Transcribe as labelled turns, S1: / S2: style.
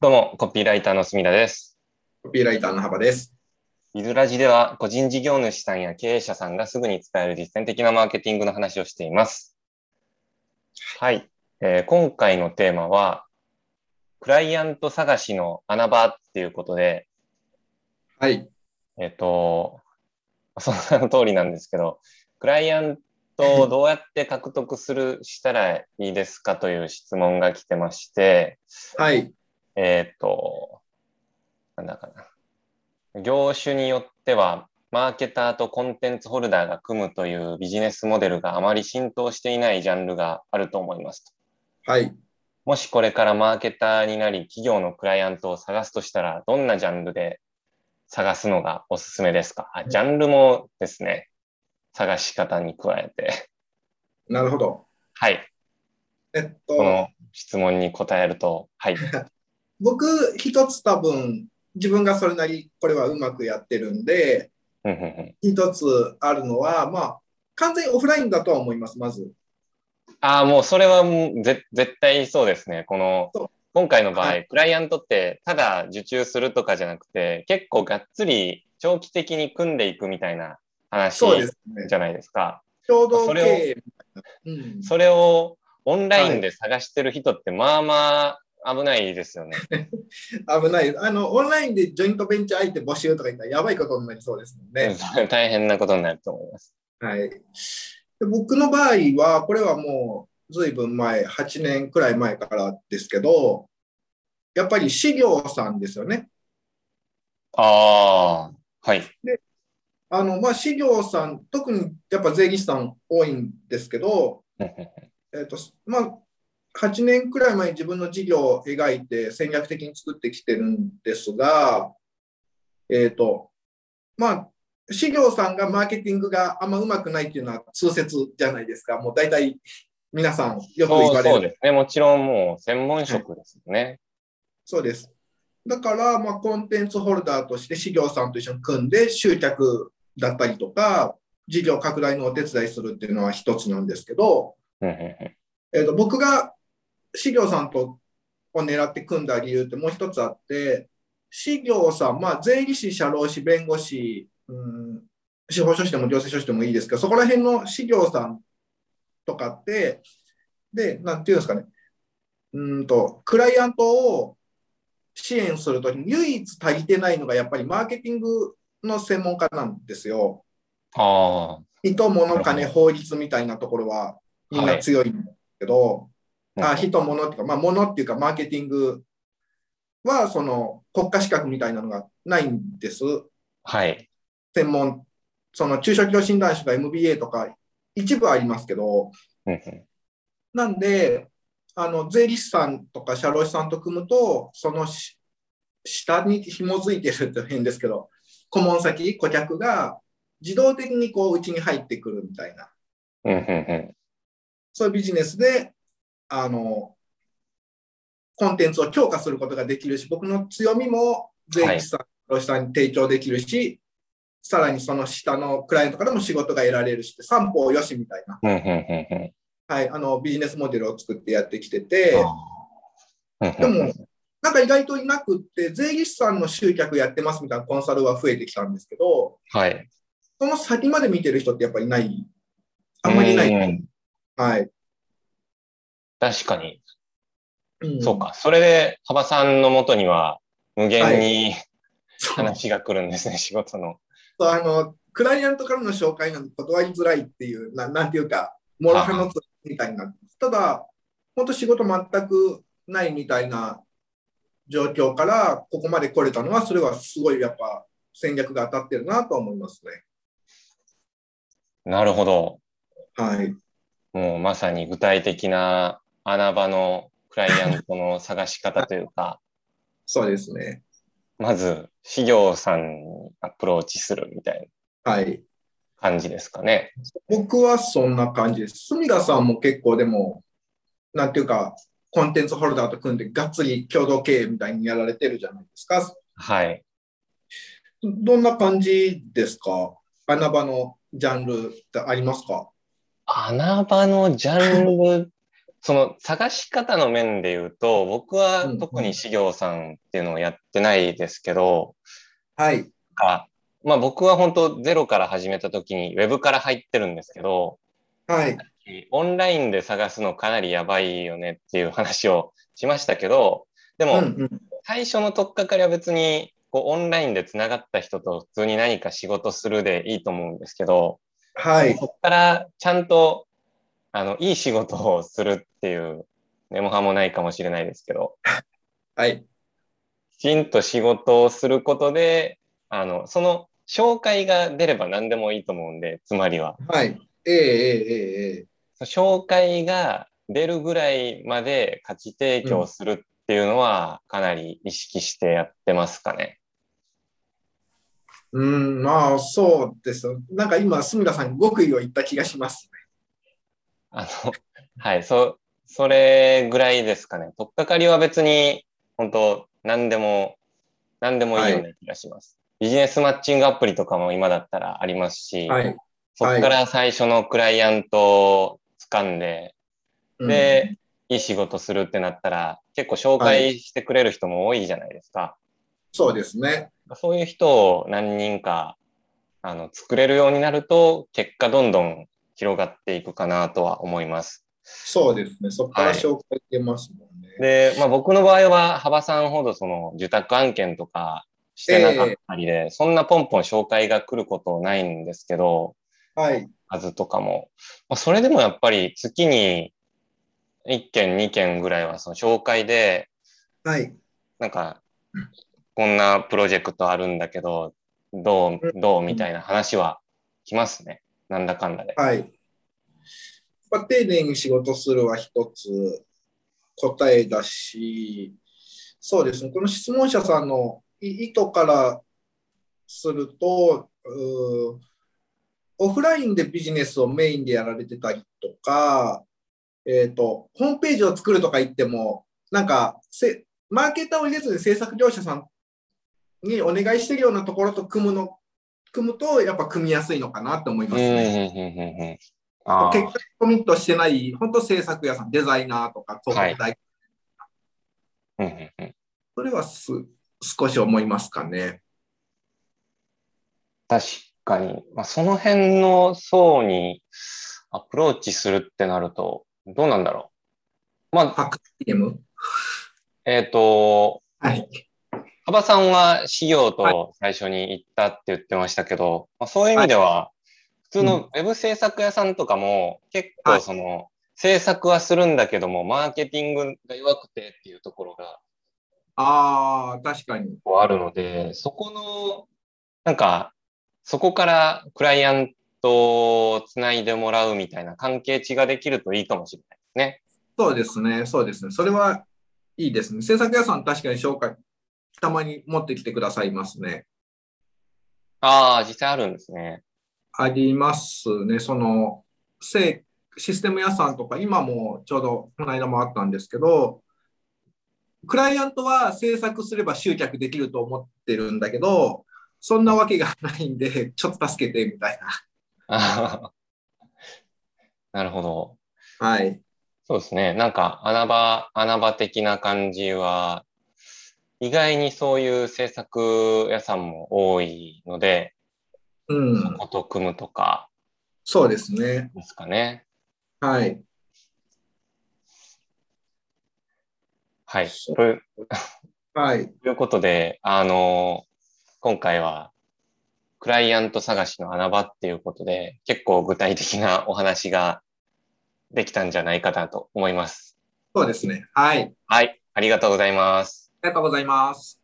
S1: どうも、コピーライターの隅田です。
S2: コピーライターの幅です。
S1: ゆずラジでは、個人事業主さんや経営者さんがすぐに使える実践的なマーケティングの話をしています。はい。えー今回のテーマは、クライアント探しの穴場っていうことで、
S2: はい。
S1: えっと、その名の通りなんですけど、クライアントをどうやって獲得する、したらいいですかという質問が来てまして、
S2: はい。
S1: えーっと、なんだかな。業種によっては、マーケターとコンテンツホルダーが組むというビジネスモデルがあまり浸透していないジャンルがあると思いますと。
S2: はい。
S1: もしこれからマーケターになり、企業のクライアントを探すとしたら、どんなジャンルで探すのがおすすめですかあジャンルもですね、探し方に加えて。
S2: なるほど。
S1: はい。
S2: えっ
S1: ことの、質問に答えると、はい。
S2: 僕、一つ多分、自分がそれなり、これはうまくやってるんで、
S1: うんうんうん
S2: 一つあるのは、まあ、完全にオフラインだとは思います、まず。
S1: ああ、もうそれはもうぜ絶対そうですね。この
S2: そう、
S1: 今回の場合、
S2: は
S1: クライアントってただ受注するとかじゃなくて、結構がっつり長期的に組んでいくみたいな話
S2: そうですね。
S1: じゃないですか。
S2: 共同
S1: そ
S2: 経
S1: れ
S2: 営みたいな。うん。
S1: それをオンラインで探してる人って、まあまあ危ないですよね。
S2: 危ない。あの、オンラインでジョイントベンチャー相手募集とか言ったら、やばいことになりそうですもんね。
S1: 大変なことになると思います。
S2: はい、で僕の場合は、これはもうずいぶん前、8年くらい前からですけど、やっぱり資料さんですよね。
S1: ああ、はい。
S2: あのまあ、資料さん、特にやっぱ税理士さん多いんですけど、えっとまあ、8年くらい前に自分の事業を描いて戦略的に作ってきてるんですが、えっとまあ、資料さんがマーケティングがあんまうまくないっていうのは通説じゃないですか、もう大体皆さんよく言
S1: そう
S2: われ
S1: そう
S2: る。
S1: ですね。もちろんもう専門職ですよね。
S2: そうですだから、まあ、コンテンツホルダーとして資料さんと一緒に組んで集客だったりとか、事業拡大のお手伝いするっていうのは一つなんですけど、
S1: うんうんうん
S2: えー、と僕が資料さんとを狙って組んだ理由ってもう一つあって資料さん、まあ、税理士社労士弁護士、うん、司法書士でも行政書士でもいいですけどそこら辺の資料さんとかってでなんていうんですかねうんとクライアントを支援するときに唯一足りてないのがやっぱりマーケティングの専門家なんですよ。
S1: ああ、
S2: 人物金法律みたいなところはみんな強いんだけど。あ人、物っていうか、まあ、物っていうか、マーケティングは、その、国家資格みたいなのがないんです。
S1: はい。
S2: 専門、その、中小企業診断士とか MBA とか、一部ありますけど、
S1: うんうん
S2: なんで、あの、税理士さんとか社労士さんと組むと、そのし、下に紐づいてるって変ですけど、顧問先、顧客が自動的にこう、うちに入ってくるみたいな。
S1: うんうんうん
S2: そういうビジネスで、あの、コンテンツを強化することができるし、僕の強みも税理士さん、ロシさんに提供できるし、さらにその下のクライアントからも仕事が得られるし、三方よしみたいな、
S1: うんうんうんうん
S2: はい、あの、ビジネスモデルを作ってやってきてて、で
S1: で
S2: も、なんか意外といなくって、税理士さんの集客やってますみたいなコンサルは増えてきたんですけど、
S1: はい。
S2: その先まで見てる人ってやっぱりない。あんまりない。
S1: うん
S2: はい。
S1: 確かに。
S2: ん
S1: そう。か。それで、幅さんのもとには、無限に
S2: そう
S1: 話が来るんですね、 仕事の。
S2: そうあのクライアントからの紹介なんて断りづらいっていう、ななんていうか、もろ刃のつみたいになってますただ、本当仕事全くないみたいな状況から、ここまで来れたのは、それはすごいやっぱ戦略が当たってるなと思いますね。
S1: なるほど。
S2: はい。
S1: もうまさに具体的な穴場のクライアントの探し方というか、
S2: そうですね。
S1: まず、資料さんにアプローチするみたい
S2: はい。
S1: な感じですかね。
S2: 僕はそんな感じです。隅田さんも結構でも、なんていうか、コンテンツホルダーと組んで、がっつり共同経営みたいにやられてるじゃないですか。
S1: はい。
S2: どんな感じですか穴場のジャンルってありますか
S1: 穴場のジャンルその探し方の面で言うと、僕
S2: うんう
S1: は
S2: ん
S1: 特に資料さんっていうのをやってないですけど、
S2: はい。
S1: あまあ僕は本当ゼロから始めた時にウェブから入ってるんですけど、
S2: はい。
S1: オンラインで探すのかなりやばいよねっていう話をしましたけど、で
S2: うん
S1: も
S2: うん。
S1: 最初の取っかかりは別にこうオンラインでつながった人と普通に何か仕事するでいいと思うんですけど、
S2: はい。
S1: そこからちゃんとあのいい仕事をするっていう根も葉もないかもしれないですけど、
S2: はい。
S1: きちんと仕事をすることで、あのその紹介が出れば何でもいいと思うんで、つまりは。
S2: はい。ええええええ
S1: 紹介が出るぐらいまで価値提供するっていうのはかなり意識してやってますかね。
S2: うん、まあ、そうです。なんか今、住田さん、極意を言った気がします。
S1: あの、 はい、そ、それぐらいですかね。取っかかりは別に、本当何でも、何でもいいような気がします。ビジネスマッチングアプリとかも今だったらありますし、
S2: はい。
S1: そこから最初のクライアントを掴んで、
S2: うん、
S1: で、いい仕事するってなったら、結構紹介してくれる人も多いじゃないですか。
S2: そうですね。
S1: そういう人を何人かあの作れるようになると、結果どんどん広がっていくかなとは思います。
S2: そうですね。そこから
S1: はい
S2: 紹介出ますもんね。
S1: で、まあ、僕の場合は、幅さんほどその受託案件とかしてなかったりで、そんなポンポン紹介が来ることないんですけど、
S2: はい。
S1: 数とかも。まあ、それでもやっぱり月に1件、2件ぐらいはその紹介で、
S2: はい。
S1: なんか、こんなプロジェクトあるんだけど、どう、どうみたいな話は来ますね。なんだかんだで。
S2: はい。まあ、丁寧に仕事するは一つ答えだし、そうですね。この質問者さんの意意図からすると、うーオフラインでビジネスをメインでやられてたりとか、えっ、と、ホームページを作るとか言っても、なんかせ、マーケターを入れずに制作業者さんにお願いしてるようなところと組むの、組むと、やっぱ組みやすいのかなと思い
S1: うん、
S2: ま
S1: うん、
S2: す
S1: うん
S2: ね。、
S1: うんうん。あ
S2: 結
S1: ー
S2: 果コミットしてない、本当制作屋さん、デザイナーとか広告代理、
S1: うんうんうん
S2: それはす少し思いますかね。
S1: 確かに。まあ、その辺の層にアプローチするってなると、どうなんだろう。まあ、
S2: パック CM?
S1: えっ、と、
S2: はい。
S1: 幅さんは資料と最初に行ったって言ってましたけど、まあ、そういう意味では、普通のウェブ制作屋さんとかも結
S2: は
S1: 構
S2: い
S1: その、制作はするんだけども、マーケティングが弱くてっていうところが
S2: ああ、確かに。
S1: こうあるので、そこの、なんか、そこからクライアントをつないでもらうみたいな関係値ができるといいかもしれないですね。
S2: そうですね、そうですね。それはいいですね。制作屋さん、確かに紹介、たまに持ってきてくださいますね。
S1: ああ、実際あるんです ね。
S2: ありますね。その、せいシステム屋さんとか、今もちょうどこの間もあったんですけど、クライアントは制作すれば集客できると思ってるんだけど、そんなわけがないんで、ちょっと助けてみたい
S1: あーなるほど。
S2: な。はい。
S1: そうですね。なんか穴場、穴場的な感じは、意外にそういう制作屋さんも多いので、
S2: う
S1: そ
S2: ん。
S1: こと組むとか
S2: そうですね。
S1: ですかね。
S2: はい。
S1: はい。
S2: そう
S1: という
S2: はい。
S1: ということで、あの今回は、クライアント探しの穴場っていうことで、結構具体的なお話ができたんじゃないかなと思います。
S2: そうですね。はい。あり
S1: はい。ありがとうございます。
S2: がとうございます。